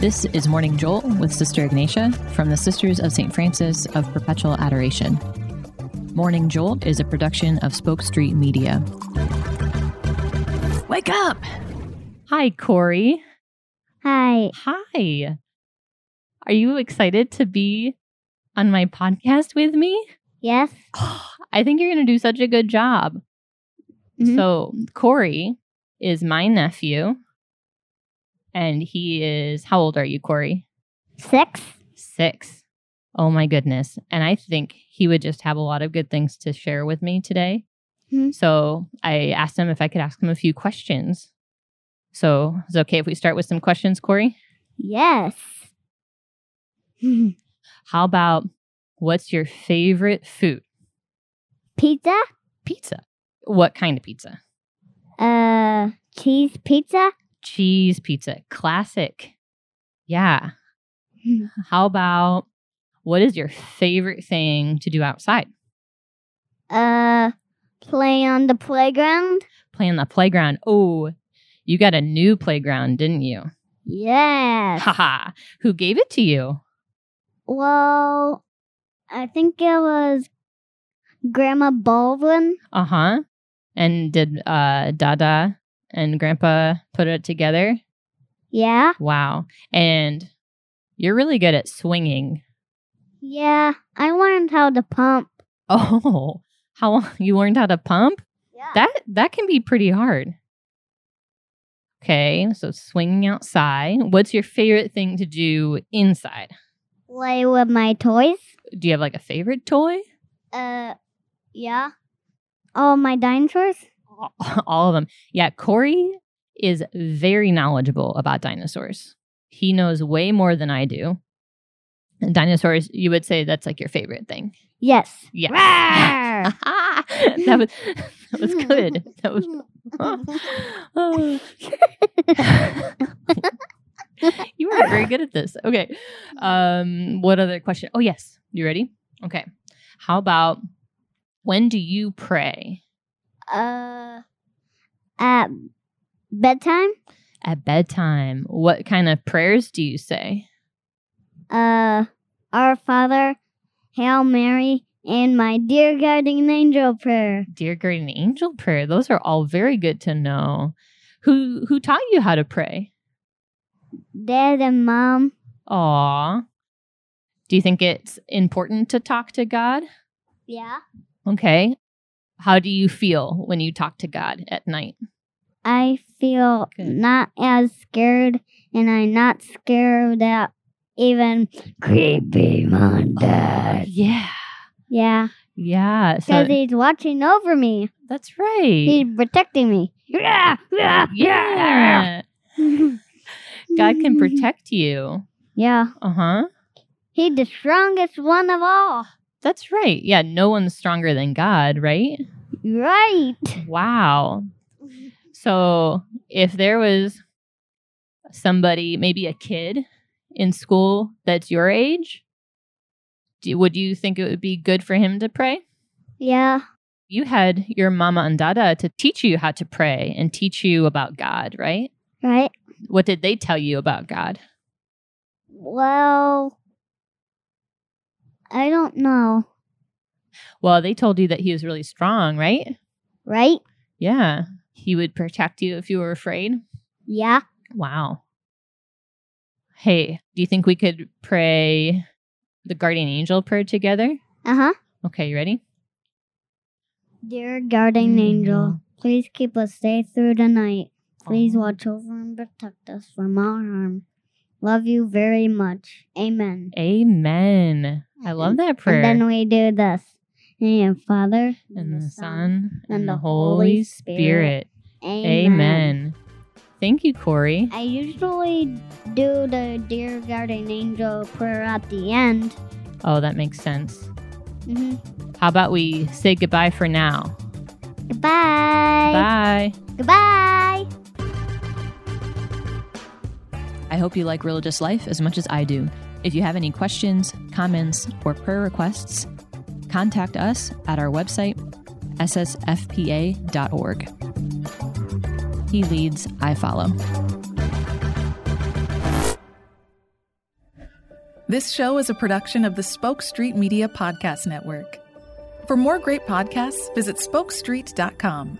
This is Morning Joel with Sister Ignatia from the Sisters of St. Francis of Perpetual Adoration. Morning Jolt is a production of Spoke Street Media. Wake up! Hi, Corey. Hi. Hi. Are you excited to be on my podcast with me? Yes. I think you're going to do such a good job. Mhm. So, Corey is my nephew, and he is how old are you, Corey? Six. Six. Oh my goodness. And I think he would just have a lot of good things to share with me today. Mhm. So I asked him if I could ask him a few questions. So is it okay if we start with some questions, Corey? Yes. How about what's your favorite food? pizza? Pizza. What kind of pizza? Uh, cheese pizza? Cheese pizza. Classic. Yeah. How about what is your favorite thing to do outside? Uh, play on the playground? Play on the playground. Oh, you got a new playground, didn't you? Yes. Haha. Who gave it to you? well, I think it was Grandma Baldwin. Uh huh. And did uh, Dada and Grandpa put it together? Yeah. Wow. And you're really good at swinging. Yeah. I learned how to pump. Oh, how long you learned how to pump? Yeah. That that can be pretty hard. Okay, so swinging outside. What's your favorite thing to do inside? play with my toys. Do you have like a favorite toy? Uh, yeah. All my dinosaurs? all of them. Yeah, Corey is very knowledgeable about dinosaurs. He knows way more than I do. And dinosaurs, you would say that's like your favorite thing. Yes. Yeah. Rawr! Aha! that was that was good. That was Oh. you are very good at this. Okay. Um what other question? Oh yes. You ready? Okay. How about when do you pray? Uh, at bedtime, at bedtime, what kind of prayers do you say? uh, our Father, Hail Mary, and my dear guardian angel prayer. Dear guardian angel prayer. Those are all very good to know. Who who taught you how to pray? Dad and Mom, Aw. Do you think it's important to talk to God? yeah, Okay. How do you feel when you talk to God at night? I feel Good. not as scared, and I'm not scared at even creepy Monday. Yeah. Yeah, Yeah. So because he's watching over me. that's right. He's protecting me. Yeah, yeah, yeah. God can protect you. Yeah, Uh-huh. he's the strongest one of all. That's right. Yeah, no one's stronger than God, right? Right. Wow. So if there was somebody, maybe a kid in school that's your age, do, would you think it would be good for him to pray? Yeah. You had your mama and dada to teach you how to pray and teach you about God, right? Right. What did they tell you about God? Well, I don't know. Well, they told you that he was really strong, right? Right? Yeah. He would protect you if you were afraid. Yeah. Wow. Hey, do you think we could pray the guardian angel prayer together? Uh huh. Okay, you ready? Dear Mm-hmm. guardian angel, please keep us safe through the night. Please Aw. watch over and protect us from all harm. Love you very much. Amen. Amen. I love that prayer. And then we do this. In the Father, and the Son, and and the the Holy Holy Spirit. Spirit. Amen. Thank you, Corey. I usually do the Dear Guardian Angel prayer at the end. Oh, that makes sense. hmm How about we say goodbye for now? Bye. Goodbye. Goodbye. I hope you like Religious Life as much as I do. If you have any questions, comments, or prayer requests, contact us at our website, ssfpa.org. He leads, I follow. This show is a production of the Spoke Street Media Podcast Network. For more great podcasts, visit spokestreet.com.